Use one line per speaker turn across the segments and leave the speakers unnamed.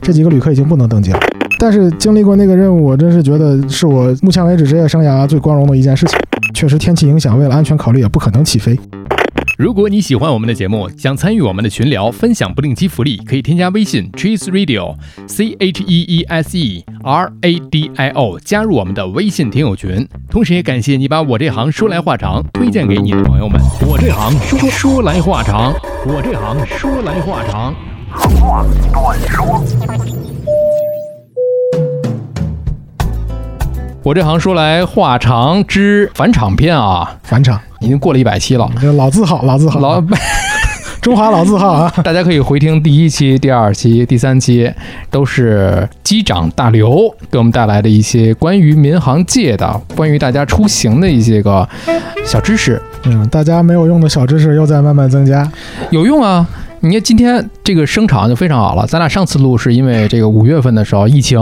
这几个旅客已经不能登机了。但是经历过那个任务，我真是觉得是我目前为止职业生涯最光荣的一件事情。确实，天气影响，为了安全考虑，也不可能起飞。
如果你喜欢我们的节目，想参与我们的群聊，分享不定期福利，可以添加微信 Cheese Radio C H E E S E R A D I O，加入我们的微信听友群。同时也感谢你把我这行说来话长推荐给你的朋友们。我这行说说来话长，我这行说来话长。我这行说来话长之返场篇啊，
返场，
已经过了一百期了，
这老字号，老字号，
老
中华老字号 啊！
大家可以回听第一期、第二期、第三期，都是机长大刘给我们带来的一些关于民航界的、关于大家出行的一些个小知识，
嗯，大家没有用的小知识又在慢慢增加。
有用啊！你看今天这个声场就非常好了，咱俩上次录是因为这个五月份的时候疫情，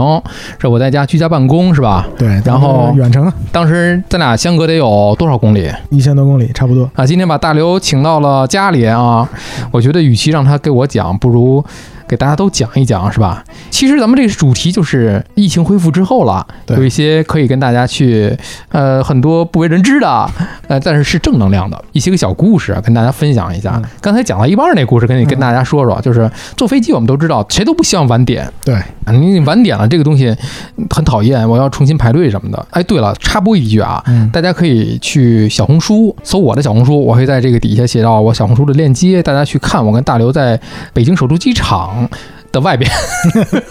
是我在家居家办公是吧？
对，
然后
远程啊，
当时咱俩相隔得有多少公里？
一千多公里差不多。
啊，今天把大刘请到了家里啊，我觉得与其让他给我讲，不如给大家都讲一讲，是吧？其实咱们这个主题就是疫情恢复之后了，
对
有一些可以跟大家去，呃，很多不为人知的，呃，但是是正能量的一些个小故事，啊跟大家分享一下
嗯。
刚才讲到一半儿那故事，跟你
嗯
跟大家说说，就是坐飞机，我们都知道，谁都不希望晚点，
对，
啊你晚点了这个东西很讨厌，我要重新排队什么的。哎，对了，插播一句啊，
嗯，
大家可以去小红书搜我的小红书，我会在这个底下写到我小红书的链接，大家去看我跟大刘在北京首都机场。的外边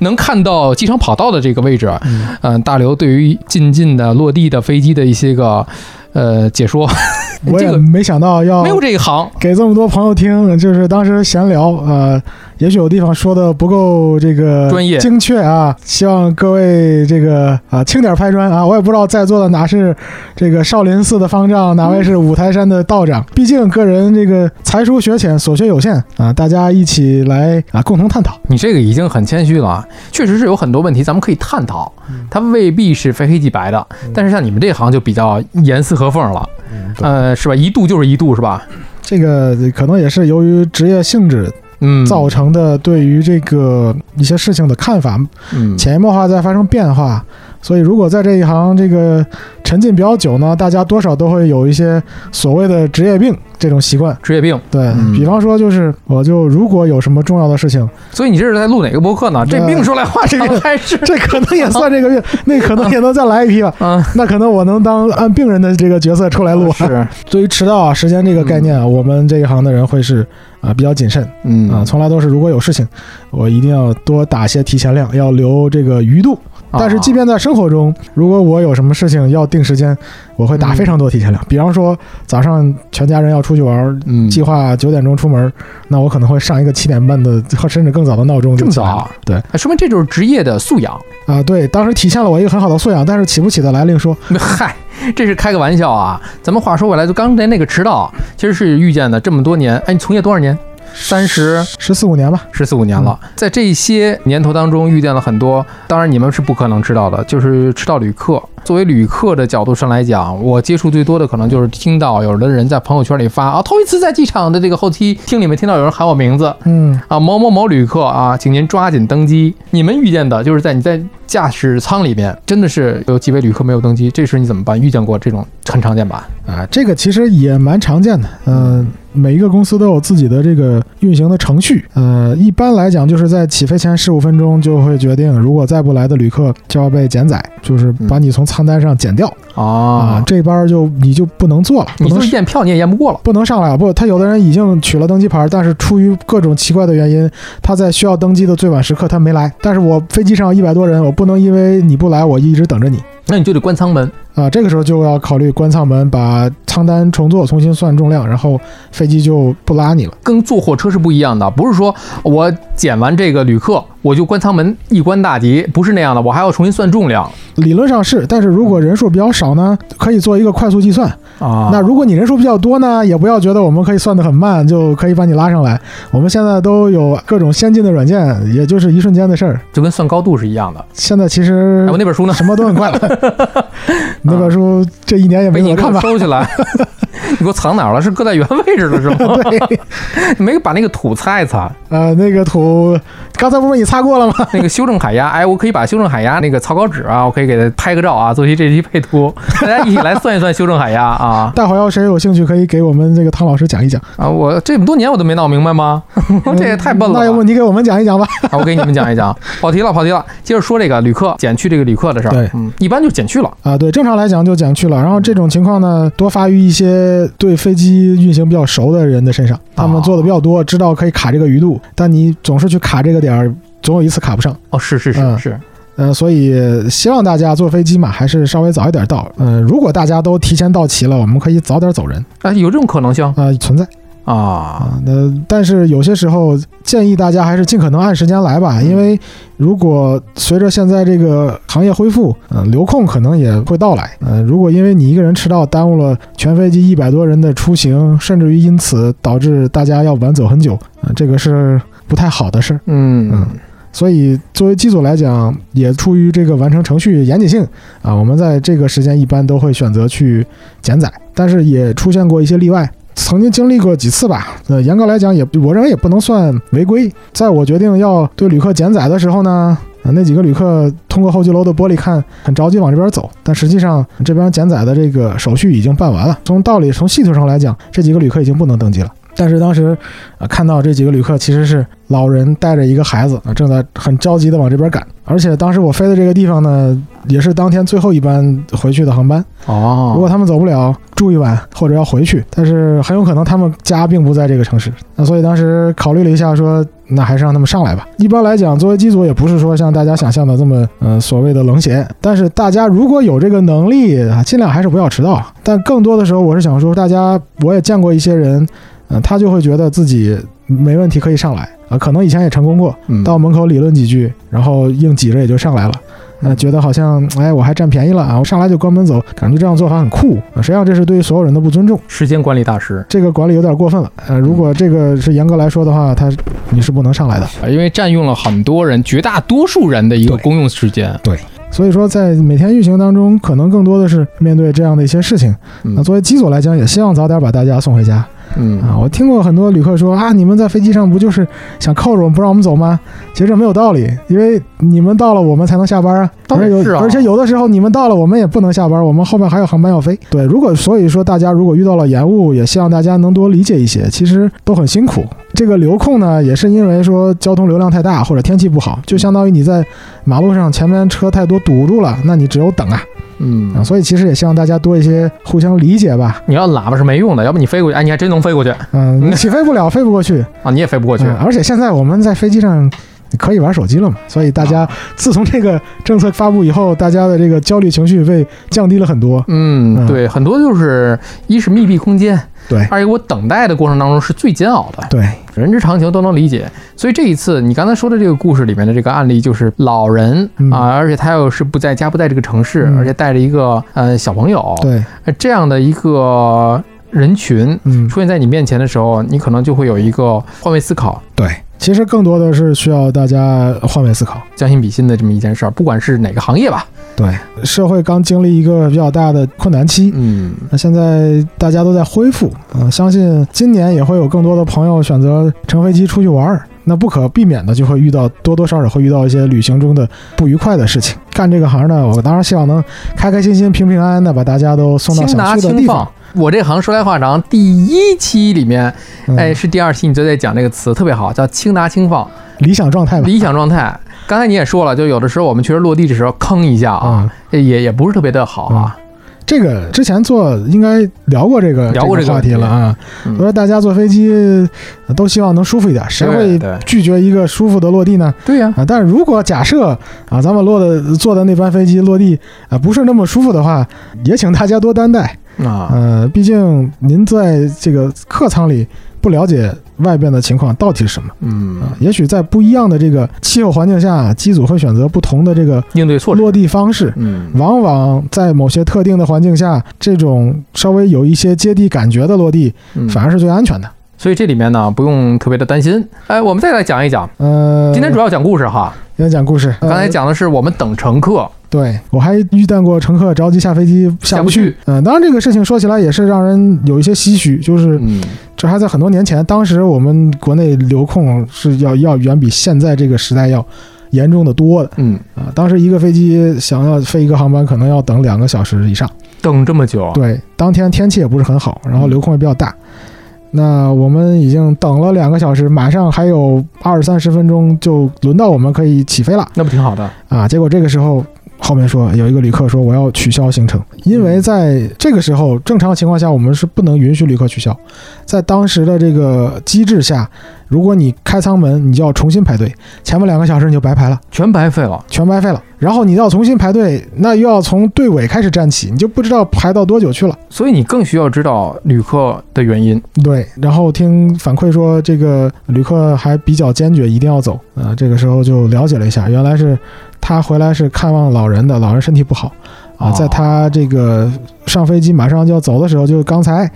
能看到机场跑道的这个位置，
嗯
嗯、大刘对于近近的落地的飞机的一些个呃解说，
哦我
这
也
个
没想到要
没有这一行，
给这么多朋友听，就是当时闲聊，呃，也许有地方说的不够这个
专业
精确啊，希望各位这个啊轻点拍砖啊，我也不知道在座的哪是这个少林寺的方丈，哪位是五台山的道长，
嗯
毕竟个人这个才疏学浅，所学有限啊，大家一起来啊共同探讨，
你这个已经很谦虚了，啊，确实是有很多问题咱们可以探讨
嗯，
它未必是非黑即白的。但是像你们这行就比较严丝合缝了，呃，是吧？一度就是一度，是吧？
啊这个可能也是由于职业性质
嗯，
造成的对于这个一些事情的看法
嗯，
潜移默化在发生变化。所以，如果在这一行这个沉浸比较久呢，大家多少都会有一些所谓的职业病这种习惯。
职业病。
对、
嗯
比方说，就是我就如果有什么重要的事情，
所以你这是在录哪个播客呢？这
呃
病说来话
这
长
个
还 是
这可能也算这个病，那可能也能再来一批吧。
嗯，
那可能我能当按病人的这个角色出来录。啊
哦是
对于迟到啊、时间这个概念啊，我们这一行的人会是啊、比较谨慎
嗯
啊，从来都是如果有事情，我一定要多打些提前量，要留这个余度。
啊
但是，即便在生活中，如果我有什么事情要定时间，我会打
嗯
非常多提前量。比方说，早上全家人要出去玩儿，
嗯，
计划九点钟出门，那我可能会上一个七点半的，或甚至更早的闹钟
这
就
么
起来了。
早，
对
哎，说明这就是职业的素养。
啊，对，当时体现了我一个很好的素养，但是起不起得来另说。
嗨，这是开个玩笑啊。咱们话说回来，就刚才那个迟到，其实是遇见的这么多年。哎，你从业多少年？三十
十四五年吧，
十四五年
嗯
了，在这些年头当中遇见了很多，当然你们是不可能知道的，就是迟到旅客。作为旅客的角度上来讲，我接触最多的可能就是听到有的人在朋友圈里发啊，头一次在机场的这个候机厅里面听到有人喊我名字
嗯，
啊，某某某旅客啊，请您抓紧登机。你们遇见的就是在你在驾驶舱里面，真的是有几位旅客没有登机，这时你怎么办？遇见过这种很常见吧？
啊，这个其实也蛮常见的。嗯、每一个公司都有自己的这个运行的程序。呃，一般来讲，就是在起飞前十五分钟就会决定，如果再不来的旅客就要被减载，就是把你从餐单上减掉、啊
嗯啊，，
这班儿就你就不能坐了，不
你
能
就是验票你也验不过了。
不能上来了。不，他有的人已经取了登机牌，但是出于各种奇怪的原因，他在需要登机的最晚时刻他没来。但是我飞机上一百多人，我不能因为你不来，我一直等着你。
那你就得关舱门，
啊，这个时候就要考虑关舱门，把舱单重做，重新算重量，然后飞机就不拉你了。
跟坐火车是不一样的，不是说我捡完这个旅客我就关舱门一关大吉，不是那样的，我还要重新算重量
理论上是，但是如果人数比较少呢，可以做一个快速计算。
嗯啊
那如果你人数比较多呢，也不要觉得我们可以算得很慢，就可以把你拉上来。我们现在都有各种先进的软件，也就是一瞬间的事儿。
就跟算高度是一样的。
现在其
哎，
实
我那本书呢？
什么都很快了。那本书这一年也没
被
怎
你
么
给
看吧？
我 收起来。你给我藏哪儿了？是搁在原位置了是吗？对， 没把那个土擦一擦。
呃，那个土，刚才不是被你擦过了吗？
那个修正海鸭，哎，我可以把修正海鸭那个草稿纸啊，我可以给它拍个照啊，做一这期配图，大家一起来算一算修正海鸭啊
待会儿要谁有兴趣，可以给我们这个汤老师讲一讲。
啊！我这么多年我都没闹明白吗？ 这也太笨了
嗯
吧。
那要不你给我们讲一讲吧？
啊，我给你们讲一 讲，跑题了，跑题了。接着说这个旅客减去这个旅客的事儿。
对
嗯，一般就减去了。
啊，对，正常来讲就讲去了。然后这种情况呢，多发于一些对飞机运行比较熟的人的身
哦
上，他们做的比较多，知道可以卡这个鱼度，但你总是去卡这个点儿，总有一次卡不上。
哦，是是是
嗯
是，
呃，所以希望大家坐飞机嘛，还是稍微早一点到。呃，如果大家都提前到齐了，我们可以早点走人
啊，有这种可能性
啊、存在
啊。
啊。那、但是有些时候建议大家还是尽可能按时间来吧，因为如果随着现在这个行业恢复，嗯、流控可能也会到来。嗯、如果因为你一个人迟到，耽误了全飞机一百多人的出行，甚至于因此导致大家要晚走很久，嗯、这个是不太好的事儿。
嗯
所以，作为机组来讲，也出于这个完成程序严谨性啊，我们在这个时间一般都会选择去减载，但是也出现过一些例外。曾经经历过几次吧，呃，严格来讲也，我认为也不能算违规。在我决定要对旅客减载的时候呢，啊，那几个旅客通过候机楼的玻璃看，很着急往这边走，但实际上这边减载的这个手续已经办完了。从道理、从系统上来讲，这几个旅客已经不能登机了。但是当时啊，看到这几个旅客其实是老人带着一个孩子啊，正在很着急的往这边赶。而且当时我飞的这个地方呢，也是当天最后一班回去的航班。如
哦，
果他们走不了，住一晚或者要回去，但是很有可能他们家并不在这个城市。那所以当时考虑了一下说。那还是让他们上来吧。一般来讲，作为机组也不是说像大家想象的这么，呃，所谓的冷血。但是大家如果有这个能力啊，尽量还是不要迟到。但更多的时候，我是想说，大家我也见过一些人，嗯、他就会觉得自己没问题，可以上来啊、可能以前也成功过，
嗯
到门口理论几句，然后硬挤着也就上来了。呃，觉得好像哎，我还占便宜了啊！我上来就关门走，感觉这样做法很酷。啊实际上这是对所有人的不尊重，
时间管理大师。
这个管理有点过分了。呃，如果这个是严格来说的话，他你是不能上来的。
因为占用了很多人、绝大多数人的一个
对
公用时间。
所以说，在每天运行当中，可能更多的是面对这样的一些事情。那、
嗯
作为机组来讲，也希望早点把大家送回家。啊，
嗯，
我听过很多旅客说啊，你们在飞机上不就是想扣着我们不让我们走吗？其实这没有道理，因为你们到了我们才能下班啊。
当然
而有
是啊
而且有的时候你们到了我们也不能下班，我们后面还有航班要飞。对，如果所以说大家如果遇到了延误，也希望大家能多理解一些，其实都很辛苦。这个流控呢，也是因为说交通流量太大或者天气不好，就相当于你在马路上前面车太多堵住了，那你只有等啊啊。
嗯，
所以其实也希望大家多一些互相理解吧。
你要喇叭是没用的，要不你飞过去，哎，你还真能飞过去
嗯，你起飞不了，飞不过去。
啊，你也飞不过去。
嗯而且现在我们在飞机上可以玩手机了嘛，所以大家自从这个政策发布以后，大家的这个焦虑情绪被降低了很多。
嗯，
嗯
对，很多就是一是密闭空间，
对
二一个我等待的过程当中是最煎熬的，
对，
人之常情都能理解。所以这一次你刚才说的这个故事里面的这个案例，就是老人
嗯
啊，而且他又是不在家，不在这个城市，
嗯
而且带着一个呃小朋友，
对，
呃这样的一个人群
嗯，
出现在你面前的时候，你可能就会有一个换位思考。
对。其实更多的是需要大家换位思考。
将心比心的这么一件事儿，不管是哪个行业吧，
对，社会刚经历一个比较大的困难期，
嗯，
那现在大家都在恢复，嗯、相信今年也会有更多的朋友选择乘飞机出去玩儿。那不可避免的就会遇到多多少少会遇到一些旅行中的不愉快的事情。干这个行呢，我当然希望能开开心心、平平安安的把大家都送到
轻拿
想去的
轻
地方
放。。我这行说来话长，第一期里面，
嗯、
哎，，是第二期，你就在讲这个词，特别好，叫轻拿轻放，
理想状态吧。
理想状态。刚才你也说了，就有的时候我们确实落地的时候坑一下啊，
啊、
这也也不是特别的好啊。
嗯这个之前做应该聊过这个
聊过这
这
个
话题了啊。
嗯
我说大家坐飞机呃都希望能舒服一点，谁
对
会
对
拒绝一个舒服的落地呢？
对呀、
啊，但是如果假设啊，咱们落的坐的那班飞机落地啊不是那么舒服的话，也请大家多担待。
啊，
呃，毕竟您在这个客舱里不了解外边的情况到底是什么
嗯，
啊，也许在不一样的这个气候环境下，机组会选择不同的这个
应对措施，
落地方式。
嗯
往往在某些特定的环境下，这种稍微有一些接地感觉的落地，
嗯，
反而是最安全的。
所以这里面呢不用特别的担心。哎，我们再来讲一讲，
呃，
今天主要讲故事哈。
要讲故事，呃
刚才讲的是我们等乘客，
对我还遇见过乘客着急下飞机下不去
下不去，
嗯、当然这个事情说起来也是让人有一些唏嘘，就是
嗯，
这还在很多年前，当时我们国内流控是要要远比现在这个时代要严重的多的
嗯，
啊、当时一个飞机想要飞一个航班，可能要等两个小时以上。
等这么久啊，
对，当天天气也不是很好，然后流控也比较大。那我们已经等了两个小时，马上还有二三十分钟就轮到我们可以起飞了
那不挺好的？
啊！结果这个时候，后面说有一个旅客说我要取消行程，因为在这个时候正常情况下我们是不能允许旅客取消，在当时的这个机制下，如果你开舱门，你就要重新排队，前面两个小时你就白排了，
全白费了。
全白费了。然后你要重新排队，那又要从队尾开始站起，你就不知道排到多久去了。
所以你更需要知道旅客的原因。
对，然后听反馈说这个旅客还比较坚决，一定要走。呃，这个时候就了解了一下，原来是他回来是看望老人的，老人身体不好啊，
哦
在他这个上飞机马上就要走的时候，就刚才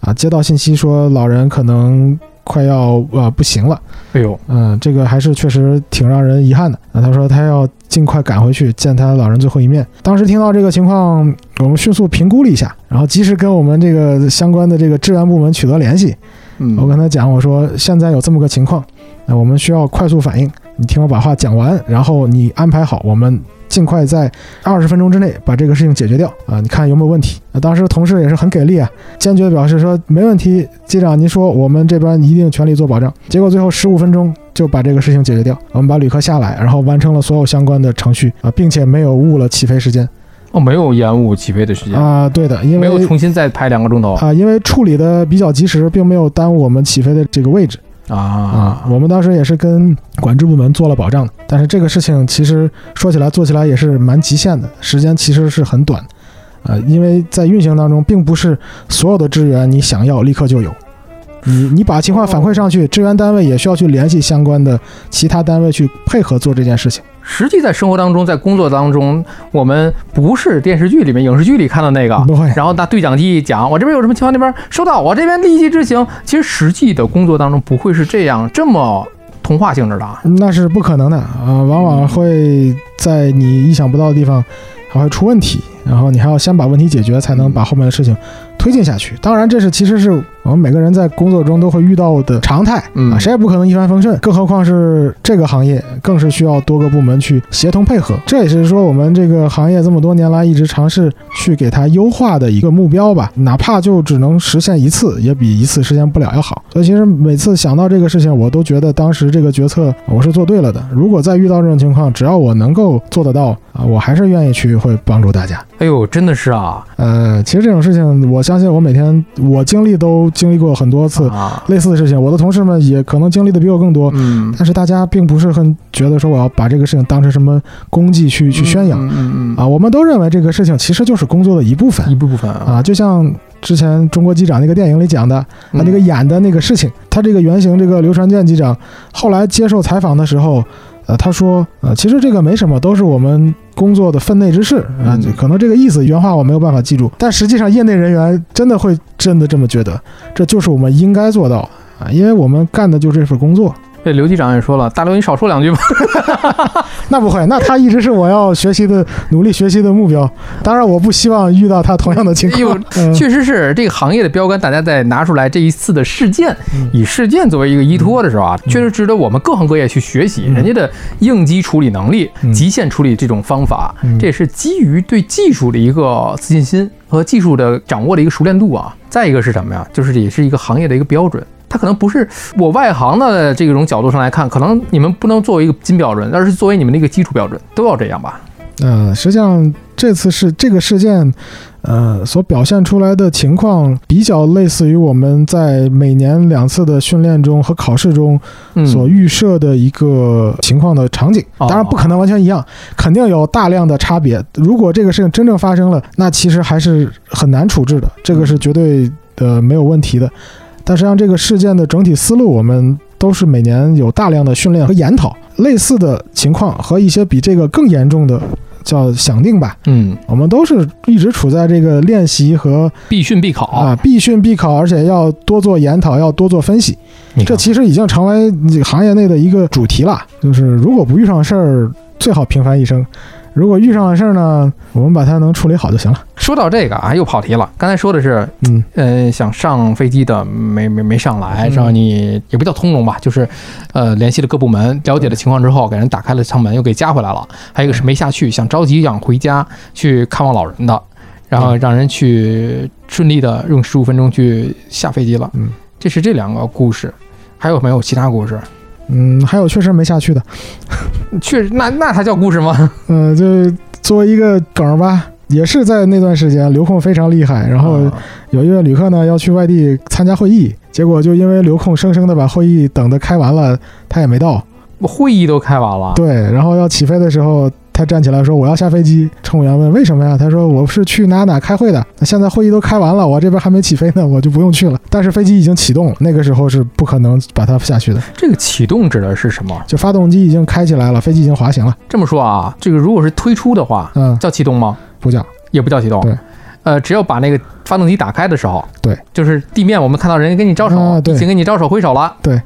啊接到信息说老人可能快要呃不行了，
哎呦，
嗯、这个还是确实挺让人遗憾的。啊，他说他要尽快赶回去见他老人最后一面。当时听到这个情况，我们迅速评估了一下，然后及时跟我们这个相关的这个支援部门取得联系。
嗯
我跟他讲，我说现在有这么个情况，呃我们需要快速反应。你听我把话讲完，然后你安排好，我们尽快在二十分钟之内把这个事情解决掉啊、你看有没有问题？啊，当时同事也是很给力啊，坚决地表示说没问题，机长您说，我们这边一定全力做保障。结果最后十五分钟就把这个事情解决掉，我们把旅客下来，然后完成了所有相关的程序啊、并且没有误了起飞时间
哦，没有延误起飞的时间，
啊、对的，因
没
为
有重新再排两个钟头
啊、因为处理的比较及时，并没有耽误我们起飞的这个位置。啊，
啊。
我们当时也是跟管制部门做了保障的，但是这个事情其实说起来做起来也是蛮极限的，时间其实是很短的，呃，因为在运行当中，并不是所有的支援你想要立刻就有，你你把情况反馈上去，支援单位也需要去联系相关的其他单位去配合做这件事情。
实际在生活当中，在工作当中，我们不是电视剧里面、影视剧里看到那个，
不会
然后拿对讲机一讲，我这边有什么情况，那边收到，我这边立即执行。其实实际的工作当中不会是这样这么童话性质的啊。
那是不可能的啊、呃往往会在你意想不到的地方还会出问题，然后你还要先把问题解决，才能把后面的事情推进下去。当然，这是其实是我们每个人在工作中都会遇到的常态
嗯
啊，谁也不可能一帆风顺，更何况是这个行业，更是需要多个部门去协同配合。这也是说我们这个行业这么多年来一直尝试去给它优化的一个目标吧，哪怕就只能实现一次，也比一次实现不了要好。所以其实每次想到这个事情，我都觉得当时这个决策我是做对了的。如果再遇到这种情况，只要我能够做得到啊，我还是愿意去会帮助大家。
哎呦，真的是啊
呃，其实这种事情，我相信我每天我经历都经历过很多次
啊，
类似的事情，我的同事们也可能经历的比我更多。
嗯，
但是大家并不是很觉得说我要把这个事情当成什么功绩去去宣扬
嗯嗯嗯
啊，我们都认为这个事情其实就是工作的一部分
一部分啊，
啊，就像之前《中国机长》那个电影里讲的，
嗯
他那个演的那个事情，他这个原型这个刘传健机长后来接受采访的时候，呃，他说，呃，其实这个没什么，都是我们工作的分内之事啊、
嗯
可能这个意思原话我没有办法记住，但实际上业内人员真的会真的这么觉得，这就是我们应该做到的啊，因为我们干的就是这份工作。
这哎刘机长也说了，大刘你少说两句吧。
那不会，那他一直是我要学习的努力学习的目标。当然，我不希望遇到他同样的情
哎呦
况。嗯
确实是这个行业的标杆，大家在拿出来这一次的事件，
嗯
以事件作为一个依托的时候啊，确实值得我们各行各业去学习
嗯
人家的应激处理能力、
嗯
极限处理这种方法
嗯，
这也是基于对技术的一个自信心和技术的掌握的一个熟练度啊。再一个是什么呀？就是也是一个行业的一个标准。它可能不是我外行的这种角度上来看，可能你们不能作为一个金标准，而是作为你们的一个基础标准，都要这样吧？
呃，实际上这次是这个事件，呃，所表现出来的情况比较类似于我们在每年两次的训练中和考试中
嗯，
所预设的一个情况的场景。
哦
当然不可能完全一样，肯定有大量的差别。如果这个事情真正发生了，那其实还是很难处置的，这个是绝对呃没有问题的。但实际上，这个事件的整体思路，我们都是每年有大量的训练和研讨。类似的情况和一些比这个更严重的叫想定吧，
嗯，
我们都是一直处在这个练习和
必训必考。
哦
啊必训必考，而且要多做研讨，要多做分析。
你
这
看
其实已经成为行业内的一个主题了。就是如果不遇上事儿，最好平凡一生；如果遇上了事儿呢，我们把它能处理好就行了。
说到这个啊，又跑题了。刚才说的是，
嗯，
呃，想上飞机的没没没上来，
嗯
然后你也不叫通融吧，就是，呃，联系了各部门，了解了情况之后，给人打开了舱门，又给加回来了。还
嗯
有一个是没下去，想着急想回家去看望老人的，然
嗯
后让人去顺利的用十五分钟去下飞机了。
嗯，
这是这两个故事，还有没有其他故事？
嗯，还有确实没下去的，
确实，那那才叫故事吗？
嗯、就作为一个梗儿吧。也是在那段时间流控非常厉害，然后
啊哦
有一位旅客呢要去外地参加会议，结果就因为流控，生生的把会议等的开完了，他也没到。
会议都开完了，
对，然后要起飞的时候，他站起来说：“我要下飞机。”乘务员问：“为什么呀？”他说：“我是去哪哪开会的，那现在会议都开完了，我这边还没起飞呢，我就不用去了。”但是飞机已经启动了，那个时候是不可能把它下去的，
这个启动指的是什么？
就发动机已经开起来了，飞机已经滑行了。
这么说啊，这个如果是推出的话，
嗯，
叫启动吗？
不叫，
也不叫启动。
对。
呃，只要把那个发动机打开的时候，
对，
就是地面我们看到人家跟你招手，
啊对
已经跟你招手挥手了，
对，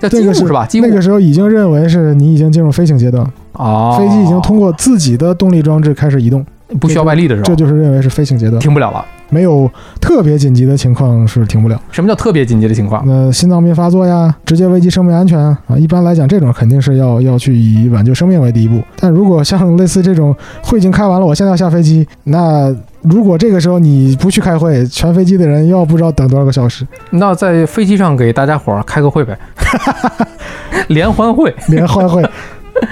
叫
这
机务
个是
吧？机务、
那个时候已经认为是你已经进入飞行阶段了，
哦，
飞机已经通过自己的动力装置开始移动，
不需要外力的时候，
这就是认为是飞行阶段，
停不了了。
没有特别紧急的情况是停不了。
什么叫特别紧急的情况？
那心脏病发作呀，直接危及生命安全啊，一般来讲，这种肯定是要要去以挽救生命为第一步。但如果像类似这种会已经开完了，我现在要下飞机，那如果这个时候你不去开会，全飞机的人要不知道等多少个小时，
那在飞机上给大家伙儿开个会呗， 联 欢会
联欢会、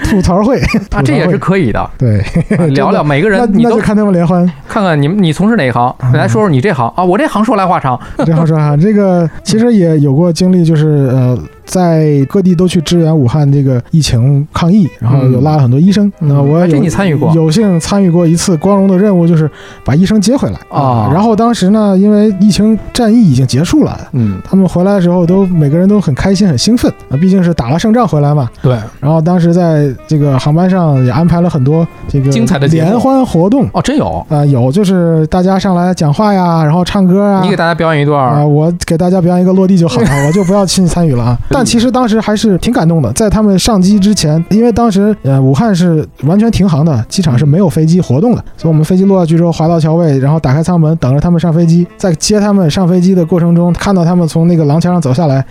吐槽会，
啊，这也是可以 的，
对，
聊聊每个
那
人你
那就
都
看他们联欢。
看看你们你从事哪一行，
嗯
来说说你这行啊，我这行说来话长，
这样说哈，这个其实也有过经历，就是呃，在各地都去支援武汉这个疫情抗疫，然后有拉了很多医生。
嗯
那我
啊
有
这你参与过
有幸参与过一次光荣的任务，就是把医生接回来
啊
然后当时呢，因为疫情战役已经结束了。
嗯，
他们回来的时候都每个人都很开心很兴奋啊，毕竟是打了胜仗回来嘛。
对，
然后当时在这个航班上也安排了很多这个
精彩的节目
联欢活动
哦，真有，
啊、有就是大家上来讲话呀，然后唱歌啊，
你给大家表演一段
啊、
儿，
我给大家表演一个落地就好了，我就不要亲自参与了啊。但其实当时还是挺感动的，在他们上机之前，因为当时呃武汉是完全停航的，机场是没有飞机活动的，所以我们飞机落下去之后滑到桥位，然后打开舱门等着他们上飞机。在接他们上飞机的过程中，看到他们从那个廊桥上走下来。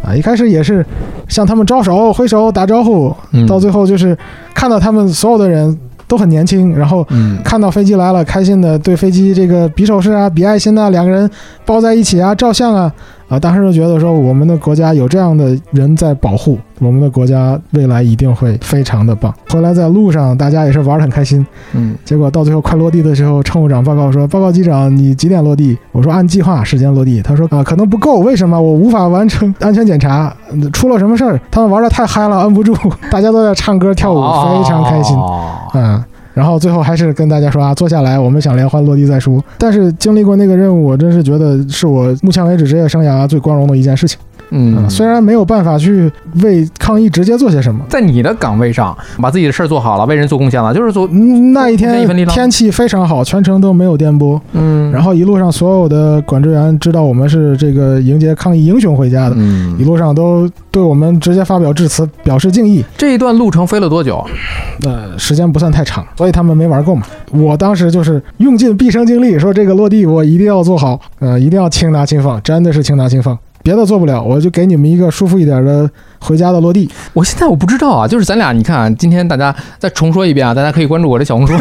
啊，一开始也是向他们招手、挥手、打招呼，
嗯
到最后就是看到他们所有的人都很年轻，然后
嗯，
看到飞机来了，开心的对飞机这个比手势啊、比爱心呐、两个人抱在一起啊、照相啊，啊，当时就觉得说我们的国家有这样的人在保护，我们的国家未来一定会非常的棒。回来在路上大家也是玩得很开心，
嗯，
结果到最后快落地的时候，乘务长报告说：“报告机长，你几点落地？”我说：“按计划时间落地。”他说：“啊，可能不够，为什么？我无法完成安全检查，嗯出了什么事儿？他们玩的太嗨了，摁不住，大家都在唱歌跳舞，非常开心。”
哦
嗯，然后最后还是跟大家说啊，坐下来，我们想联欢落地再说。但是经历过那个任务，我真是觉得是我目前为止职业生涯最光荣的一件事情。
嗯，
虽然没有办法去为抗疫直接做些什么。
在你的岗位上把自己的事儿做好了，为人做贡献了，就是做
嗯，那一
一
天
分力量
天气非常好，全程都没有电波。
嗯
然后一路上所有的管制员知道我们是这个迎接抗疫英雄回家的，一
嗯，
路上都对我们直接发表致辞，表示敬意。
这一段路程飞了多久？
呃，时间不算太长，所以他们没玩够嘛。我当时就是用尽毕生精力，说这个落地我一定要做好，呃，一定要轻拿轻放，真的是轻拿轻放，别的做不了，我就给你们一个舒服一点的回家的落地。
我现在我不知道啊，就是咱俩，你看啊今天大家再重说一遍啊，大家可以关注我的 小红书，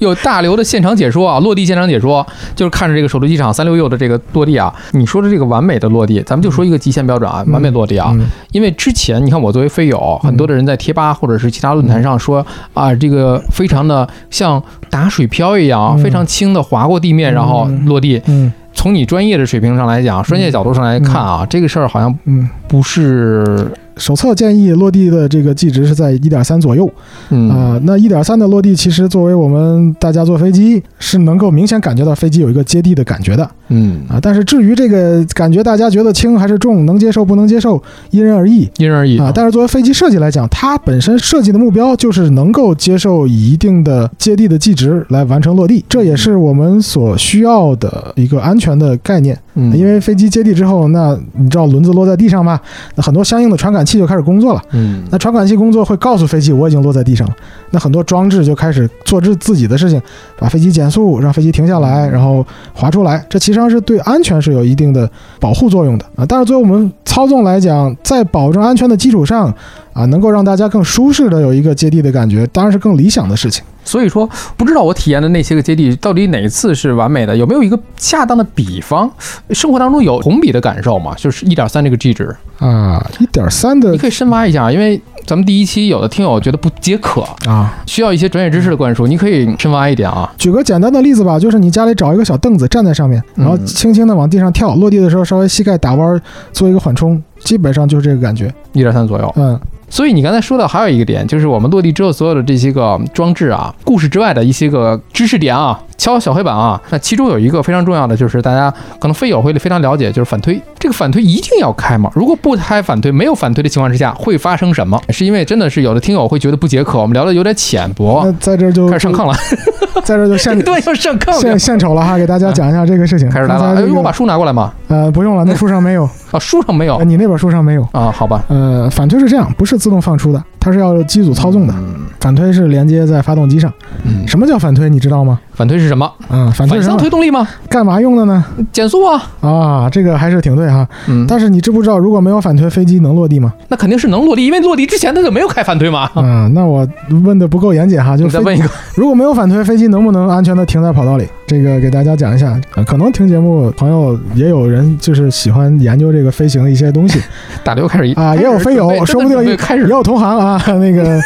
有大刘的现场解说啊，落地现场解说，就是看着这个首都机场三六六的这个落地啊，你说的这个完美的落地，咱们就说一个极限标准啊，
嗯
完美落地啊，
嗯，
因为之前你看我作为飞友，很多的人在贴吧或者是其他论坛上说啊，这个非常的像打水漂一样，
嗯
非常轻的划过地面，然后落地。
嗯
嗯从你专业的水平上来讲，专业角度上来看啊，这个事儿好像
嗯，
不是
手册建议落地的这个 G 值是在一点三左右
嗯
啊、那一点三的落地，其实作为我们大家坐飞机是能够明显感觉到飞机有一个接地的感觉的
嗯，
啊。但是至于这个感觉，大家觉得轻还是重，能接受不能接受，因人而异。
因人而异
啊，但是作为飞机设计来讲，它本身设计的目标就是能够接受以一定的接地的计值来完成落地，这也是我们所需要的一个安全的概念。
嗯，
因为飞机接地之后，那你知道轮子落在地上嘛，那很多相应的传感器就开始工作了。
嗯
那传感器工作会告诉飞机我已经落在地上了，那很多装置就开始做自自己的事情，把飞机减速，让飞机停下来，然后滑出来。这其实上是对安全是有一定的保护作用的啊。但是作为我们操纵来讲，在保证安全的基础上啊，能够让大家更舒适的有一个接地的感觉，当然是更理想的事情。
所以说，不知道我体验的那些个接地到底哪一次是完美的，有没有一个恰当的比方？生活当中有同比的感受吗？就是一点三这个 G 值，
啊，一点三的
你可以深挖一下，因为咱们第一期有的听友觉得不解渴，
啊，
需要一些专业知识的灌输，你可以深挖一点啊。
举个简单的例子吧，就是你家里找一个小凳子站在上面，然后
嗯
轻轻的往地上跳，落地的时候稍微膝盖打弯，做一个缓冲，基本上就是这个感觉。
一点三左右。
嗯，
所以你刚才说到还有一个点，就是我们落地之后所有的这些个装置啊，故事之外的一些个知识点啊，敲小黑板啊。那其中有一个非常重要的，就是大家可能飞友会非常了解，就是反推。这个反推一定要开嘛，如果不开反推，没有反推的情况之下，会发生什么？是因为真的是有的听友会觉得不解渴，我们聊的有点浅薄
那，在这儿就
开始上炕了，
在这儿就现
对，要上炕
现
了，
献丑了哈，给大家讲一下这个事情。
开始来
刚
了。
才
哎，
这个
我把书拿过来嘛，
呃不用了，那书上没 有，
啊，书上没有
呃你那本书上没有。
啊，好吧，
呃，反推是这样，不是自动放出的，它是要机组操纵的。反推是连接在发动机上。
嗯，
什么叫反推？你知道吗？
反推是什么？
嗯，反推
反
是什
向
么
推动力吗？
干嘛用的呢？
减速啊，
啊，这个还是挺对哈。
嗯，
但是你知不知道，如果没有反推，飞机能落地吗？
那肯定是能落地，因为落地之前他就没有开反推嘛。
啊，那我问的不够严谨哈，就
你
飞
再问一个，
如果没有反推，飞机能不能安全的停在跑道里？这个给大家讲一下。呃可能听节目朋友也有人就是喜欢研究这个飞行的一些东 西
大刘开始
啊，也有飞友，说不定也
开
也
始
有同行啊， 那个。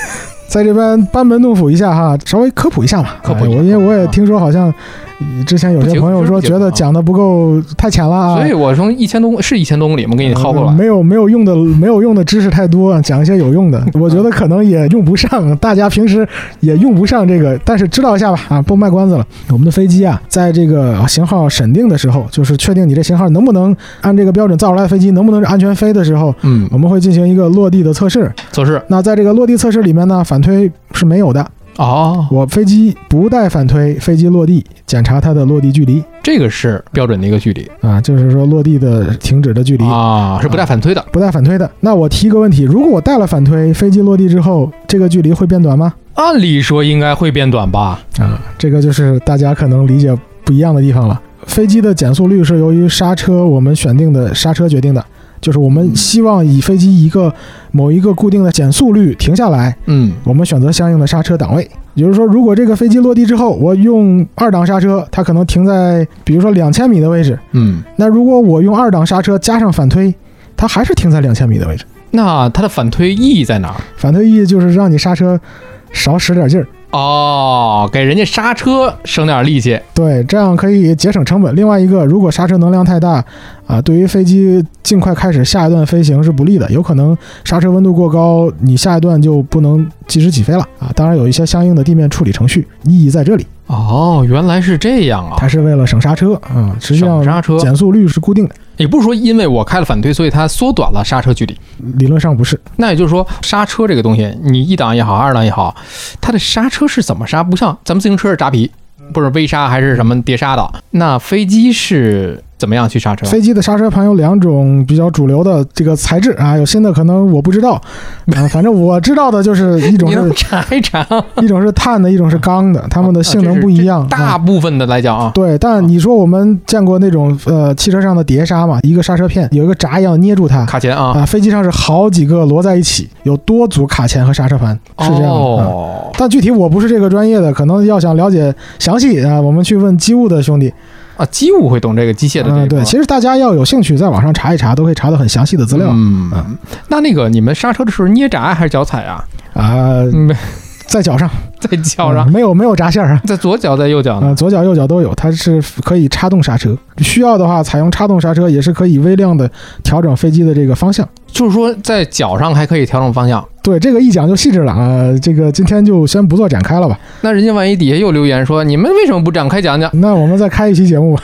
在这边班门弄斧一下哈，稍微科普一下嘛。
科普
啊
一下
我因为我也
啊
听说，好像呃之前有些朋友说
不结
觉
不结
得
啊
讲的不够太浅了啊，
所以我从一千多公是一千多公里，我们给你薅过
呃
来。
没有没有用的没有用的知识太多，讲一些有用 的，我觉得可能也用不上，大家平时也用不上这个，但是知道一下吧啊，不卖关子了。我们的飞机啊，在这个型号审定的时候，就是确定你这型号能不能按这个标准造出来的飞机能不能安全飞的时候，
嗯，
我们会进行一个落地的测试。
测试
那在这个落地测试里面呢，反推是没有的，
哦，
我飞机不带反推，飞机落地检查它的落地距离
这个是标准的一个距离
啊，就是说落地的停止的距离嗯
啊，是不带反推的
不带反推的。那我提一个问题：如果我带了反推，飞机落地之后，这个距离会变短吗？
按理说应该会变短吧？
啊，这个就是大家可能理解不一样的地方了。飞机的减速率是由于刹车我们选定的刹车决定的，就是我们希望以飞机一个某一个固定的减速率停下来，
嗯，
我们选择相应的刹车档位。也就是说，如果这个飞机落地之后，我用二档刹车，它可能停在比如说两千米的位置。
嗯，
那如果我用二档刹车加上反推，它还是停在两千米的位置。
那它的反推意义在哪儿？
反推意义就是让你刹车少使点劲儿，
哦，给人家刹车省点力气。
对，这样可以节省成本。另外一个，如果刹车能量太大，啊，对于飞机尽快开始下一段飞行是不利的，有可能刹车温度过高，你下一段就不能及时起飞了啊。当然有一些相应的地面处理程序，意义在这里，
哦，原来是这样啊
它，是为了省刹车啊、实际
省
上，
刹车
减速率是固定的，
也不是说因为我开了反推，所以它缩短了刹车距离。
理论上不是。
那也就是说，刹车这个东西，你一档也好，二档也好，它的刹车是怎么刹？不像咱们自行车是扎皮，
嗯
不是微刹还是什么碟刹的。那飞机是怎么样去刹车？
飞机的刹车盘有两种比较主流的这个材质啊，有新的可能我不知道，啊，反正我知道的就是一种
你
是
能 查一查？
一种是碳的，一种是钢
啊
的，它们的性能不一样。
大
啊
部分的来讲啊，
对，但你说我们见过那种呃汽车上的碟刹嘛，一个刹车片有一个闸一样捏住它
卡钳啊，
啊，飞机上是好几个摞在一起，有多组卡钳和刹车盘，是这样的。啊
哦，
但具体我不是这个专业的，可能要想了解详细啊，我们去问机务的兄弟。
啊，机务会懂这个机械的这
嗯、
一部
对，
分。
其实大家要有兴趣，在网上查一查，都可以查到很详细的资料啊、
嗯，那那个你们刹车的时候捏闸还是脚踩啊？嗯，
在脚上，
在脚上
嗯，没有没有闸线儿啊，
在左脚在右脚呢
呃，？左脚右脚都有，它是可以插动刹车，需要的话采用插动刹车也是可以微量的调整飞机的这个方向。
就是说在脚上还可以调整方向。
对这个一讲就细致了啊，这个今天就先不做展开了吧。
那人家万一底下又留言说你们为什么不展开讲讲？
那我们再开一期节目吧。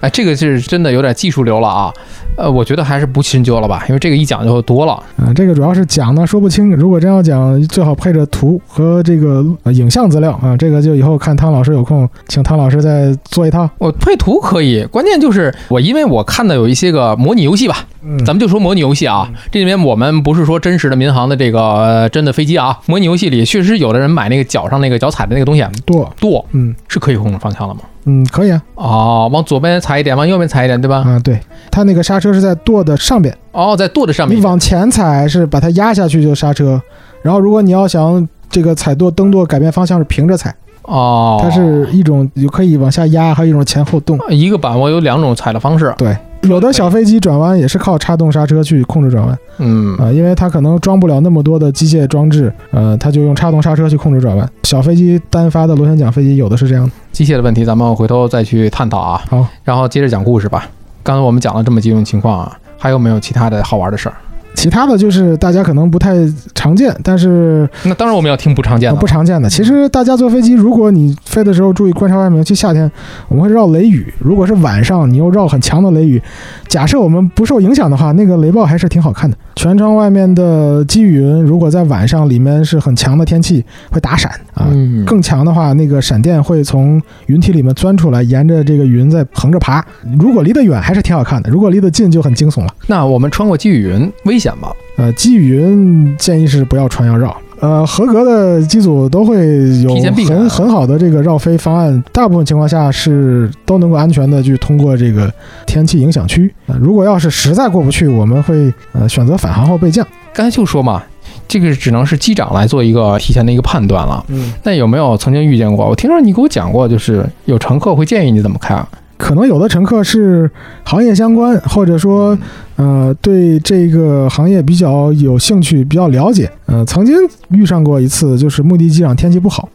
哎，这个是真的有点技术流了啊。呃，我觉得还是不深究了吧，因为这个一讲就多了。
啊，这个主要是讲呢说不清，如果真要讲，最好配着图和这个、呃影像资料啊。这个就以后看汤老师有空，请汤老师再做一套。
我配图可以，关键就是我因为我看到有一些个模拟游戏吧，
嗯，
咱们就说模拟游戏啊，这里面我们不是说真实的民航的这个、呃真的飞机啊，模拟游戏里确实有的人买那个脚上那个脚踩的那个东西啊
多，
舵
嗯
是可以控制方向的吗？
嗯，可以啊，
哦，往左边踩一点，往右边踩一点，对吧？
啊，对，它那个刹车是在舵的上边，
哦，在舵的上面
你，往前踩是把它压下去就刹车，然后如果你要想这个踩舵蹬舵改变方向是平着踩，
哦，
它是一种有可以往下压，还有一种前后动。
啊一个板我有两种踩的方式，
对，有的小飞机转弯也是靠插动刹车去控制转弯
嗯
啊、因为它可能装不了那么多的机械装置，呃，它就用插动刹车去控制转弯。小飞机单发的螺旋桨飞机有的是这样的。
机械的问题咱们回头再去探讨啊。
好，
然后接着讲故事吧。刚才我们讲了这么几种情况啊，还有没有其他的好玩的事儿？
其他的就是大家可能不太常见，但是、
那当然我们要听啊不常见
呃、
的，
不常见的。其实大家坐飞机，如果你飞的时候注意观察外面，尤其夏天，我们会绕雷雨。如果是晚上，你又绕很强的雷雨，假设我们不受影响的话，那个雷暴还是挺好看的。全窗外面的积雨云，如果在晚上里面是很强的天气，会打闪啊。
嗯，
更强的话，那个闪电会从云体里面钻出来，沿着这个云在横着爬。如果离得远还是挺好看的，如果离得近就很惊悚了。
那我们穿过积雨云危险吗？
呃，积雨云建议是不要穿，要绕。呃，合格的机组都会有
提前避免啊
很很好的这个绕飞方案，大部分情况下是都能够安全的去通过这个天气影响区。呃如果要是实在过不去，我们会呃选择返航后备降。
刚才就说嘛，这个只能是机长来做一个提前的一个判断了。
嗯，
那有没有曾经遇见过？我听说你给我讲过，就是有乘客会建议你怎么开啊？
可能有的乘客是行业相关，或者说呃，对这个行业比较有兴趣，比较了解。呃，曾经遇上过一次，就是目的机上天气不好，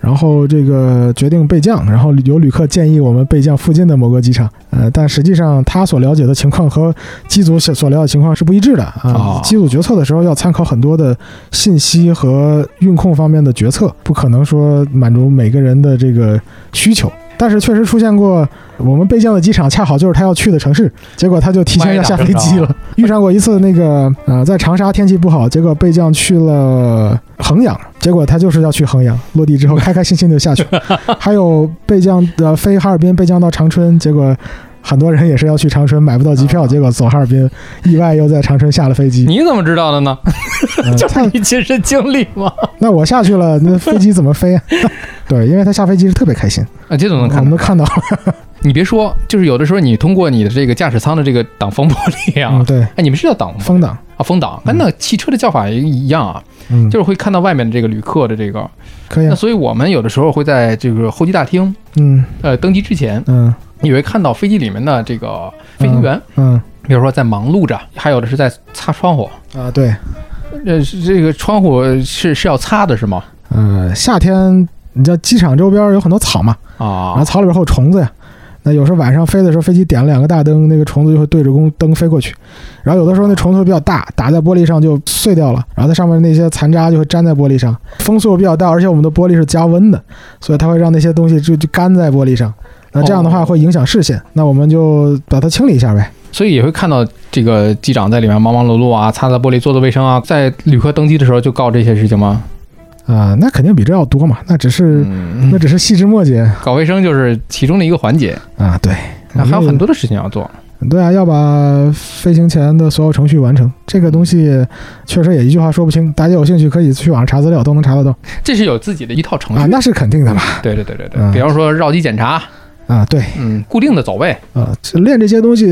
然后这个决定备降，然后有旅客建议我们备降附近的某个机场。呃，但实际上他所了解的情况和机组所所了解的情况是不一致的啊、
哦
机组决策的时候要参考很多的信息和运控方面的决策，不可能说满足每个人的这个需求。但是确实出现过，我们备降的机场恰好就是他要去的城市，结果他就提前要下飞机
歪打正着
了。遇上过一次那个呃，在长沙天气不好，结果备降去了衡阳，结果他就是要去衡阳，落地之后开开心心的 下去。还有备降呃飞哈尔滨备降到长春，结果很多人也是要去长春买不到机票，结果走哈尔滨，意外又在长春下了飞机。
啊你怎么知道的呢？
嗯
就是
他
你亲身经历吗？
那我下去了，那飞机怎么飞啊？ 对，因为他下飞机是特别开 心，
啊，这都
我
能看
们
到。
都看到了。
你别说，就是有的时候你通过你的这个驾驶舱的 这个挡风玻璃啊，
嗯，对，
哎，你们是叫挡风
风挡，
啊，风挡，跟
嗯
那汽车的叫法也一样啊，
嗯，
就是会看到外面的这个旅客的这个。
可以
那
啊，
所以我们有的时候会在这个候机大厅，
嗯
呃，登机之前，
嗯
你会看到飞机里面的这个飞行员，
嗯
比如说在忙碌着，还有的是在擦窗户。
啊，对，
呃，是这个窗户是是要擦的是吗？
呃，夏天你知道机场周边有很多草嘛，然后
啊，
草里边会有虫子呀。那有时候晚上飞的时候，飞机点了两个大灯，那个虫子就会对着公灯飞过去。然后有的
啊
时候那虫子会比较大，打在玻璃上就碎掉了，然后它上面那些残渣就会粘在玻璃上。风速比较大，而且我们的玻璃是加温的，所以它会让那些东西就就干在玻璃上。那这样的话
哦
会影响视线，那我们就把它清理一下呗。
所以也会看到这个机长在里面忙忙碌碌啊，擦擦玻璃，做做卫生啊，在旅客登机的时候就告这些事情吗？
啊、那肯定比这要多嘛，那只是、
嗯
那，只是细枝末节
搞卫生就是其中的一个环节，
啊。对，
那还有
因为
很多的事情要做。
对啊，要把飞行前的所有程序完成，这个东西确实也一句话说不清。大家有兴趣可以去网上查资料，都能查得到
这是有自己的一套程
啊，
序。
那是肯定的嘛
对对对对
嗯
对，比方说绕机检查，
啊，对
嗯，固定的走位，
啊，这练这些东西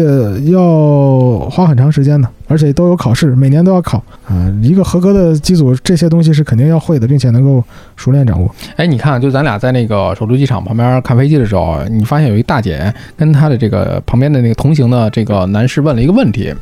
要花很长时间的，而且都有考试，每年都要考啊。一个合格的机组，这些东西是肯定要会的，并且能够熟练掌握。
哎，你看，就咱俩在那个首都机场旁边看飞机的时候，你发现有一大姐跟她的这个旁边的那个同行的这个男嗯士问了一个问题，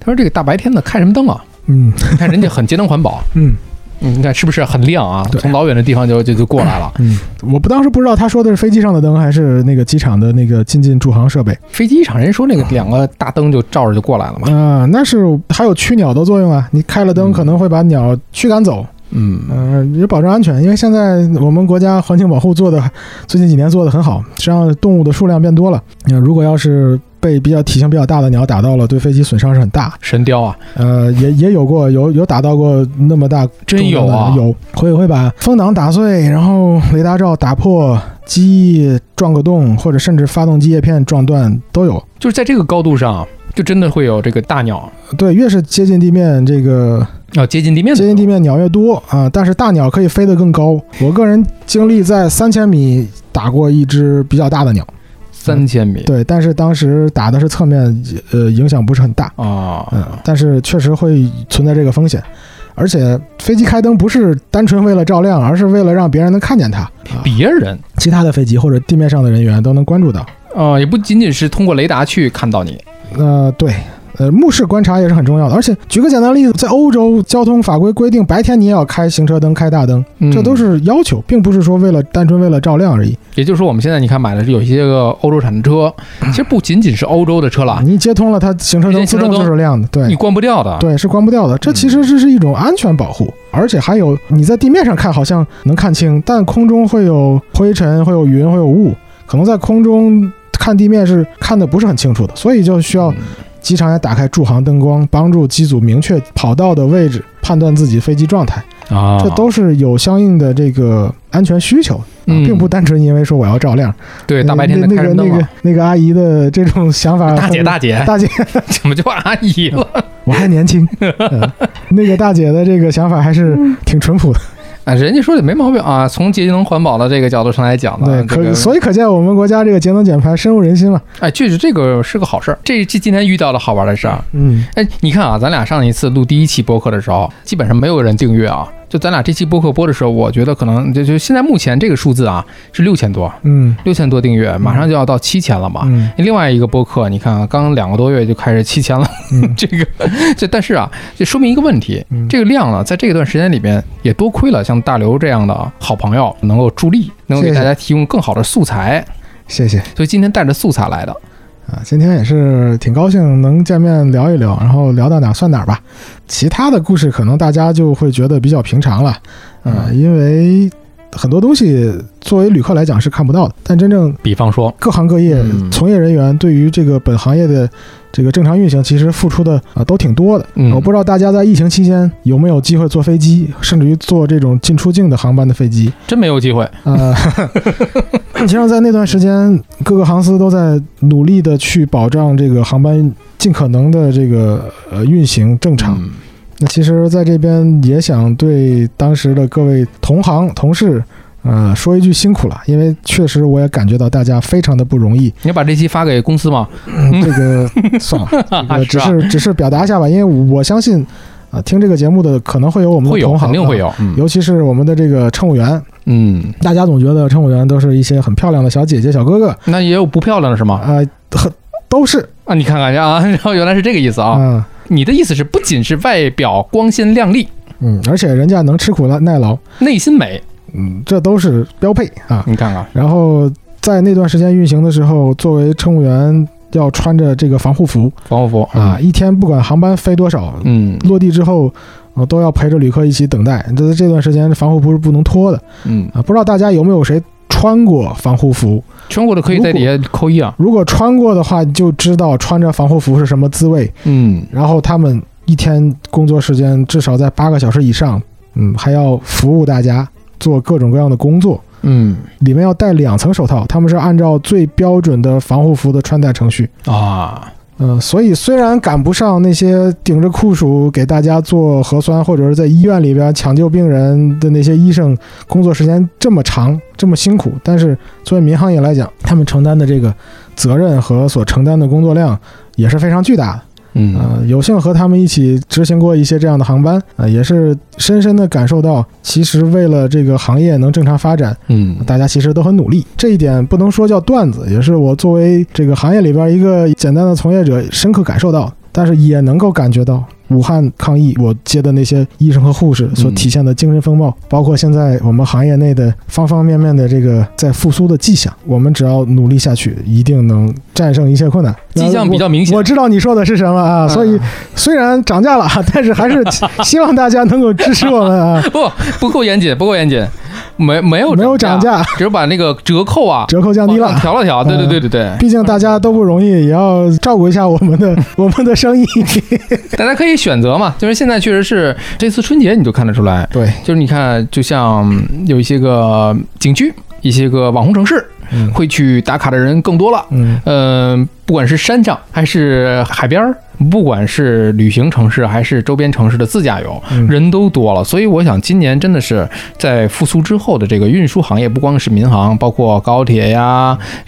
她说：“这个大白天的开什么灯啊
嗯？”
你看人家很节能环保，
嗯
你看是不是很亮啊？
对
从老远的地方就就就过来了。
嗯，我不当时不知道他说的是飞机上的灯还是那个机场的那个进近驻航设备
飞机场人说那个两个大灯就照着就过来了嘛。
啊、那是还有驱鸟的作用啊。你开了灯可能会把鸟驱赶走，
嗯，
嗯、也保证安全。因为现在我们国家环境保护做的最近几年做的很好，实际上动物的数量变多了。那如果要是被比较体型比较大的鸟打到了，对飞机损伤是很大。
神雕啊，
呃，也也有过有有打到过那么大
真有啊
重量的有会会把风挡打碎，然后雷达罩打破，机翼撞个洞，或者甚至发动机叶片撞断都有。
就是在这个高度上，啊就真的会有这个大鸟
对，越是接近地面，这个
要啊接近地面的时
接
候，
近地面鸟越多啊、但是大鸟可以飞得更高。我个人经历在三千米打过一只比较大的鸟，
三千米
对，但是当时打的是侧面，呃，影响不是很大。
啊，
嗯，但是确实会存在这个风险。而且飞机开灯不是单纯为了照亮，而是为了让别人能看见它，啊
别人
其他的飞机或者地面上的人员都能关注到。
啊，也不仅仅是通过雷达去看到你，
呃，对，呃，目视观察也是很重要的。而且举个简单的例子，在欧洲交通法规规定，白天你也要开行车灯、开大灯，
嗯
这都是要求，并不是说为了单纯为了照亮而已。
也就是说，我们现在你看买的是有一些个欧洲产的车，其实不仅仅是欧洲的车了，
你一接通了，它行车灯
啊
自
直接行车
动
灯
就是亮的，嗯对，
你关不掉的。
对，是关不掉的。这其实
嗯
这是一种安全保护，而且还有你在地面上看好像能看清，但空中会有灰尘、会有云、会有雾，可能在空中看地面是看的不是很清楚的，所以就需要
嗯
机场也打开驻航灯光，帮助机组明确跑道的位置，判断自己飞机状态。
啊，
这都是有相应的这个安全需求，啊
嗯
并不单纯因为说我要照亮。
对大白天的
那那
开
个
着
那
灯
个
啊，
那个阿姨的这种想法，
大姐大姐
大姐。嗯
怎么就阿姨了？
我还年 轻、嗯那个大姐的这个想法还是挺淳朴的，
啊，人家说的没毛病啊。从节能环保的这个角度上来讲呢，
对，
这个
可所以可见我们国家这个节能减排深入人心嘛。
哎，确实这个是个好事儿。这这今天遇到的好玩的事儿，
嗯，
哎，你看啊，咱俩上一次录第一期播客的时候，基本上没有人订阅啊。就咱俩这期播客播的时候，我觉得可能就就现在目前这个数字啊是六千多，
嗯
六千多订阅，马上就要到七千了嘛。
嗯
另外一个播客，你看啊，刚两个多月就开始七千了，
嗯
这个这但是啊，这说明一个问题，
嗯
这个量呢，在这段时间里面也多亏了像大刘这样的好朋友能够助力，能够给
谢谢
大家提供更好的素材，
嗯谢谢
所以今天带着素材来的。
啊，今天也是挺高兴能见面聊一聊，然后聊到哪儿算哪儿吧。其他的故事可能大家就会觉得比较平常了，啊、
嗯
因为很多东西作为旅客来讲是看不到的，但真正
比方说，
各行各业
嗯
从业人员对于这个本行业的这个正常运行，其实付出的啊、呃都挺多的。
嗯
我不知道大家在疫情期间有没有机会坐飞机，甚至于坐这种进出境的航班的飞机。
真没有机会，
呃，实际上在那段时间，各个航司都在努力的去保障这个航班尽可能的这个呃运行正常。
嗯
那其实在这边也想对当时的各位同行同事。呃，说一句辛苦了，因为确实我也感觉到大家非常的不容易，
你要把这期发给公司吗？
嗯这 个算了，这
啊
个只
吧？
是只是表达一下吧，因为我相信啊、听这个节目的可能会有我们
会
的
有，
同行，啊嗯
肯定会，有。
尤其是我们的这个乘务员，
嗯，
大家总觉得乘务员都是一些很漂亮的小姐姐、小哥哥
那也有不漂亮的是吗？
啊、很都是
啊，你看看啊， 然后原来是这个意思
啊。
啊。你的意思是，不仅是外表光鲜亮丽，
嗯，而且人家能吃苦耐耐劳，
内心美。
嗯，这都是标配啊。
你看看，
然后在那段时间运行的时候，作为乘务员要穿着这个防护服
防护服
啊，，一天不管航班飞多少，
嗯
落地之后，呃，都要陪着旅客一起等待。这这段时间防护服是不能脱的
嗯，
啊。不知道大家有没有谁穿过防护服？
全国的可以在底下扣一啊，
如果穿过的话，就知道穿着防护服是什么滋味。
嗯，
然后他们一天工作时间至少在八个小时以上，嗯，还要服务大家，做各种各样的工作。
嗯
里面要戴两层手套，他们是按照最标准的防护服的穿戴程序。
啊，
嗯，所以虽然赶不上那些顶着酷暑给大家做核酸，或者是在医院里边抢救病人的那些医生，工作时间这么长、这么辛苦，但是作为民航业来讲，他们承担的这个责任和所承担的工作量也是非常巨大的。
嗯
呃，有幸和他们一起执行过一些这样的航班，啊、也是深深的感受到，其实为了这个行业能正常发展，
嗯，
大家其实都很努力，这一点不能说叫段子，也是我作为这个行业里边一个简单的从业者深刻感受到，但是也能够感觉到，武汉抗疫我接的那些医生和护士所
嗯
体现的精神风貌，包括现在我们行业内的方方面面的这个在复苏的迹象，我们只要努力下去，一定能战胜一切困难。
迹象比较明显
我，我知道你说的是什么啊，
嗯
所以虽然涨价了，但是还是希望大家能够支持我们啊，
不 不够严谨，不够严谨，没 没有
没有涨
涨，
价，
只是把那个折扣啊
折扣降低
往上
了。嗯
调了调。对对对对对，
毕竟大家都不容易，也要照顾一下我们 的我们的生意。
大家可以选择嘛，就是现在确实是这次春节你就看得出来，
对，
就是你看，就像有一些个呃景区、一些个网红城市，
嗯
会去打卡的人更多了。
嗯，
嗯，不管是山上还是海边儿，不管是旅行城市还是周边城市的自驾游，
嗯
人都多了。所以我想，今年真的是在复苏之后的这个运输行业，不光是民航，包括高铁呀、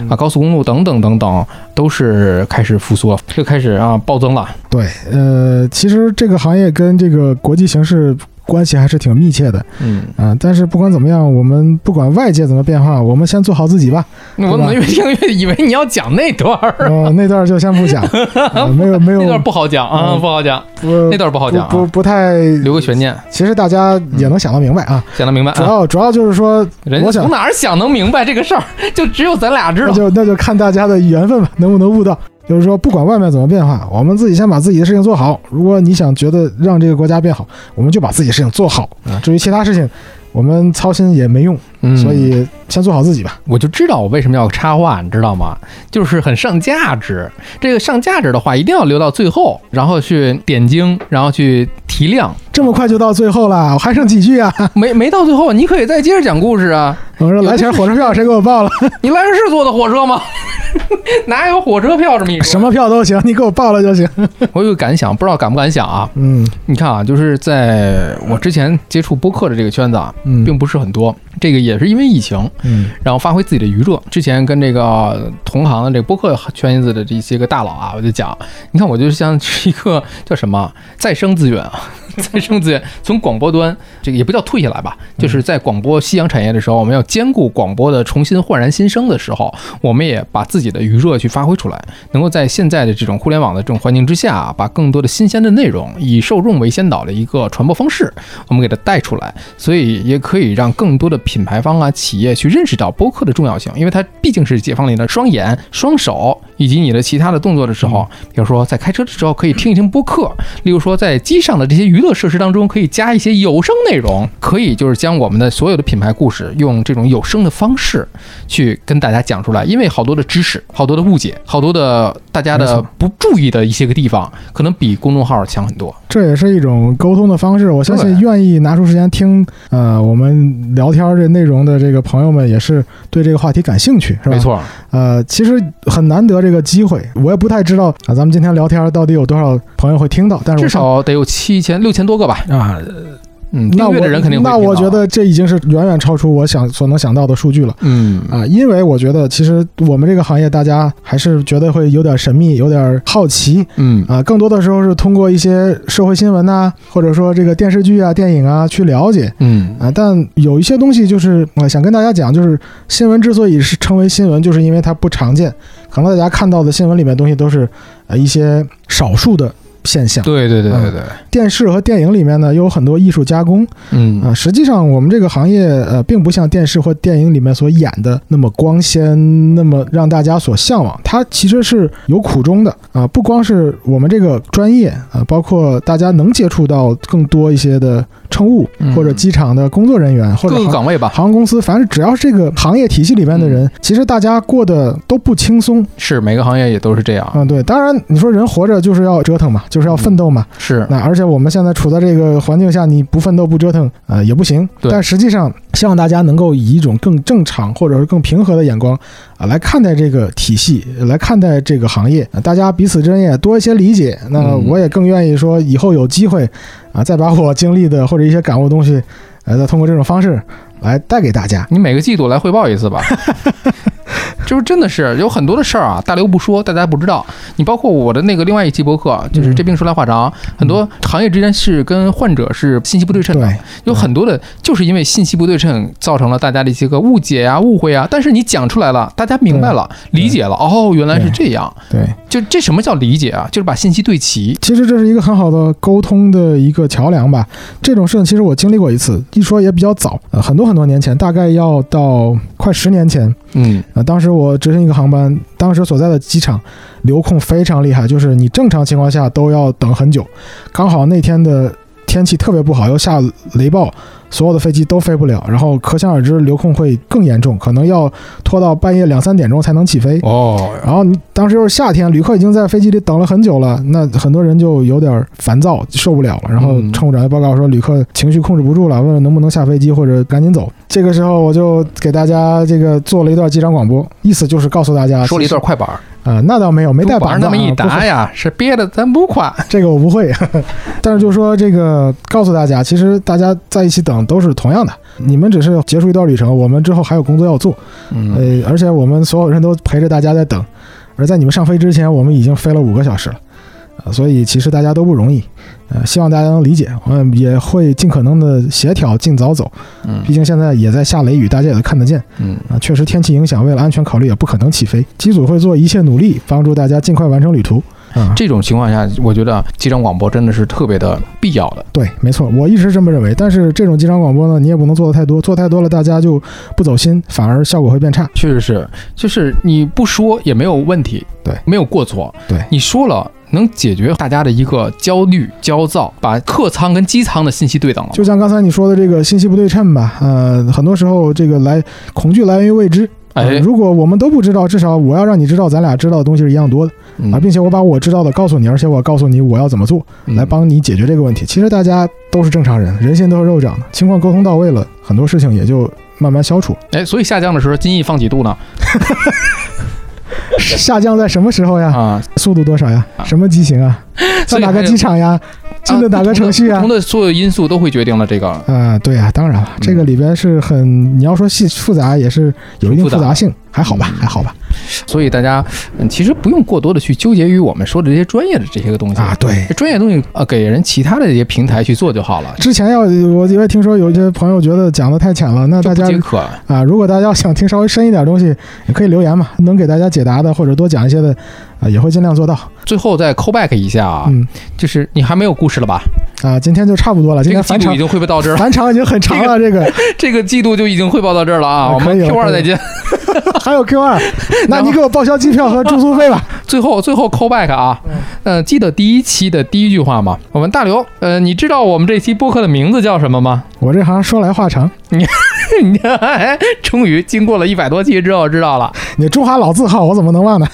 啊高速公路等等等等，都是开始复苏了，就开始啊暴增了。
对，呃，其实这个行业跟这个国际形势关系还是挺密切的
嗯，
啊、但是不管怎么样，我们不管外界怎么变化，我们先做好自 己吧。
我怎么越听越以为你要讲那段儿？
呃，那段就先不 讲，呃没有没有
那，段不好讲啊，
嗯
不好讲，
不
那段不好
不
讲
不
啊，
不太。
留个悬念，
其实大家也能想得明白啊，
想得明白
主
啊。
要主要就是说，
人
我
家
想
从哪儿想能明白这个事儿，就只有咱俩知
那
道。
就那就看大家的缘分吧，能不能悟到。就是说，不管外面怎么变化，我们自己先把自己的事情做好。如果你想觉得让这个国家变好，我们就把自己事情做好
啊。
至于其他事情，我们操心也没用，
嗯
所以先做好自己吧。
我就知道我为什么要插话，你知道吗？就是很上价值。这个上价值的话，一定要留到最后，然后去点睛，然后去提亮。
这么快就到最后了，我还剩几句啊？
没没到最后，你可以再接着讲故事啊。
我说来钱火车票谁给我报了？
你来是坐的火车吗？ 哪有火车票这么一说？
什？么票都行，你给我报了就行。
我有个感想，不知道敢不敢想啊？
嗯
你看啊，就是在我之前接触播客的这个圈子啊，
嗯，
并不是很多。这个也是因为疫情，
嗯
然后发挥自己的余热。之前跟这个同行的这个播客圈子的这些个大佬啊，我就讲，你看我就像是一个叫什么 再生资源啊， 再生资源从广播端这个也不叫退下来吧，就是在广播夕阳产业的时候，我们要兼顾广播的重新焕然新生的时候，我们也把自己的余热去发挥出来，能够在现在的这种互联网的这种环境之下、啊，把更多的新鲜的内容以受众为先导的一个传播方式，我们给它带出来，所以也可以让更多的品牌方啊、企业去认识到播客的重要性，因为它毕竟是解放了你的双眼、双手以及你的其他的动作的时候，比如说在开车的时候可以听一听播客，例如说在机上的这些娱乐设施当中可以加一些有声内容，可以就是将我们的所有的品牌故事用这种有声的方式去跟大家讲出来，因为好多的知识、好多的误解、好多的大家
没
的
错
不注意的一些个地方，可能比公众号强很多。
这也是一种沟通的方式。我相信
对
愿意拿出时间听呃我们聊天这内容的这个朋友们，也是对这个话题感兴趣，是吧？
没。错，
呃，其实很难得这个机会，我也不太知道啊、咱们今天聊天到底有多少朋友会听到，但是
至
我
少得有七千六千多个吧。
啊，
嗯，
那
订阅
我
的人肯定会
那
听
我
到
觉得这已经是远远超出我想所能想到的数据了。
嗯
啊，因为我觉得其实我们这个行业，大家还是觉得会有点神秘，有点好奇，
嗯
啊，更多的时候是通过一些社会新闻呐、或者说这个电视剧啊、电影啊去了解
嗯
啊。但有一些东西就是我、呃想跟大家讲，就是新闻之所以是称为新闻，就是因为它不常见。可能大家看到的新闻里面的东西都是呃一些少数的现象。
对对对对对，
电视和电影里面呢，又有很多艺术加工啊。
嗯
实际上，我们这个行业呃，并不像电视或电影里面所演的那么光鲜，那么让大家所向往。它其实是有苦衷的啊，不光是我们这个专业啊，包括大家能接触到更多一些的乘务
嗯
或者机场的工作人员或者
各个
航
岗位吧，
航空公司，反正只要是这个行业体系里面的人，其实大家过得都不轻松
是每个行业也都是这样，
啊。对，当然你说人活着就是要折腾嘛，就是要奋斗嘛。
是
那而且我们现在处在这个环境下，你不奋斗不折腾，呃，也不行。
对
但实际上，希望大家能够以一种更正常或者是更平和的眼光啊、来看待这个体系，来看待这个行业。呃大家彼此之间也多一些理解。那
嗯
我也更愿意说，以后有机会啊、再把我经历的或者一些感悟的东西，呃，再通过这种方式来带给大家。
你每个季度来汇报 一次吧。就是真的是有很多的事儿啊，大刘不说，大家不知道。你包括我的那个另外一期博客，就是
嗯
这病说来话长，很多行业之间是跟患者是信息不对称的，
对，
有很多的就是因为信息不对称造成了大家的一些个误解啊、误会啊。但是你讲出来了，大家明白了、理解了，哦，原来是这样。
对，
就这什么叫理解啊？就是把信息对齐。
其实这是一个很好的沟通的一个桥梁吧。这种事情其实我经历过一次，一说也比较早，呃，很多很多年前，大概要到快十年前。
嗯
呃，当时我执行一个航班，当时所在的机场流控非常厉害，就是你正常情况下都要等很久，刚好那天的天气特别不好，又下雷暴，所有的飞机都飞不了，然后可想而知流控会更严重，可能要拖到半夜两三点钟才能起飞。
哦，
然后你当时又是夏天，旅客已经在飞机里等了很久了，那很多人就有点烦躁，受不了了。然后
嗯
乘务长就报告说，旅客情绪控制不住了，问问能不能下飞机或者赶紧走。这个时候我就给大家这个做了一段机长广播，意思就是告诉大家，
说了一段快板儿，
啊、那倒没有，没带
板
板
儿
子、
那
啊，
么一
不会
答呀，是憋的咱不垮。
这个我不会，但是就说这个告诉大家，其实大家在一起等都是同样的，你们只是结束一段旅程，我们之后还有工作要做，
嗯，
呃，而且我们所有人都陪着大家在等，而在你们上飞之前，我们已经飞了五个小时了，呃，所以其实大家都不容易，呃，希望大家能理解，我们也会尽可能的协调，尽早走，
嗯
毕竟现在也在下雷雨，大家也都看得见，
嗯
啊，确实天气影响，为了安全考虑，也不可能起飞，机组会做一切努力，帮助大家尽快完成旅途。啊、
这种情况下，我觉得机长广播真的是特别的必要的。
对，没错，我一直这么认为。但是这种机场广播呢，你也不能做的太多，做太多了大家就不走心，反而效果会变差。
确实是，就是你不说也没有问题，
对
没有过错，
对
你说了能解决大家的一个焦虑、焦躁，把客舱跟机舱的信息对等了。
就像刚才你说的这个信息不对称吧，呃，很多时候这个来恐惧来源于未知。呃
哎，
如果我们都不知道，至少我要让你知道，咱俩知道的东西是一样多的
嗯
啊，并且我把我知道的告诉你，而且我告诉你我要怎么做，来帮你解决这个问题。其实大家都是正常人，人心都是肉长的，情况沟通到位了，很多事情也就慢慢 消除。
哎，所以下降的时候，襟翼放几度呢？
下降在什么时候呀？
啊，
速度多少 呀
啊？
什么机型啊？在
所以
哪
还
个
有啊
机场 呀？进的哪个程序
不
啊
同？的所有因素都会决定了这个。
啊，对啊，当然
嗯
了，这个里边是很，你要说细复杂也是有一定
复
复
杂
杂性，还好吧
嗯，
还好吧。
所以大家嗯，其实不用过多的去纠结于我们说的这些专业的这些个东西
啊，。对
这，专业东西啊，给人其他的这些平台去做就好了，
之前要我因为听说有一些朋友觉得讲的太浅了，那
这
大
不
家
解渴。
啊，如果大家要想听稍微深一点东西，也可以留言嘛，能给大家解答的或者多讲一些的，啊，也会尽量做到。
最后再 call back 一下啊，
嗯，
就是你还没有故事了吧？
啊，今天就差不多了，今
这个
天
季
返
度
场
已。经汇报到这儿了。
返场已经很长了，这个
这个季度就已经汇报到这儿了啊，
啊
我们
可以了
Q 二
可以
再见。
还有 Q 二，那
然后
你给我报销机票和住宿费吧。
最后最后 call back 啊，
嗯
呃，记得第一期的第一句话吗？我们大刘，呃，你知道我们这期播客的名字叫什么吗？
我这行说来话长，
你看哎终于经过了一百多期之后知道了，
你中华老字号我怎么能忘呢？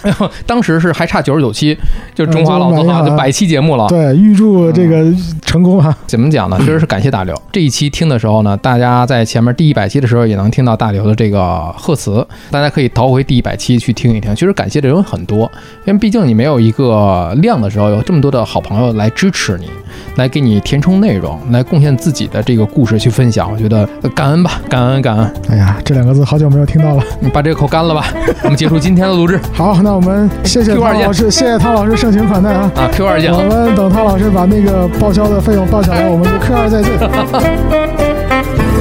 当时是还差九十九期，就中华老
嗯
字
就没
号
了
就百期节目了。
对，预祝这个
嗯
成功啊！
怎么讲呢？其实是感谢大刘。这一期听的时候呢，大家在前面第一百期的时候也能听到大刘的这个贺词，大家可以倒回第一百期去听一听。其实感谢的人很多，因为毕竟你没有一个量的时候，有这么多的好朋友来支持你，来给你填充内容，来贡献自己的这个故事去分享。我觉得呃感恩吧，感恩感恩，
哎呀，这两个字好久没有听到了。
你把这个口干了吧。我们结束今天的录制
好，那我们谢谢
Q2
汤老师，谢谢汤老师盛情款待啊！
啊，Q 二见
我。们等汤老师把那个报销的费用报下来，我们就 Q 二再见。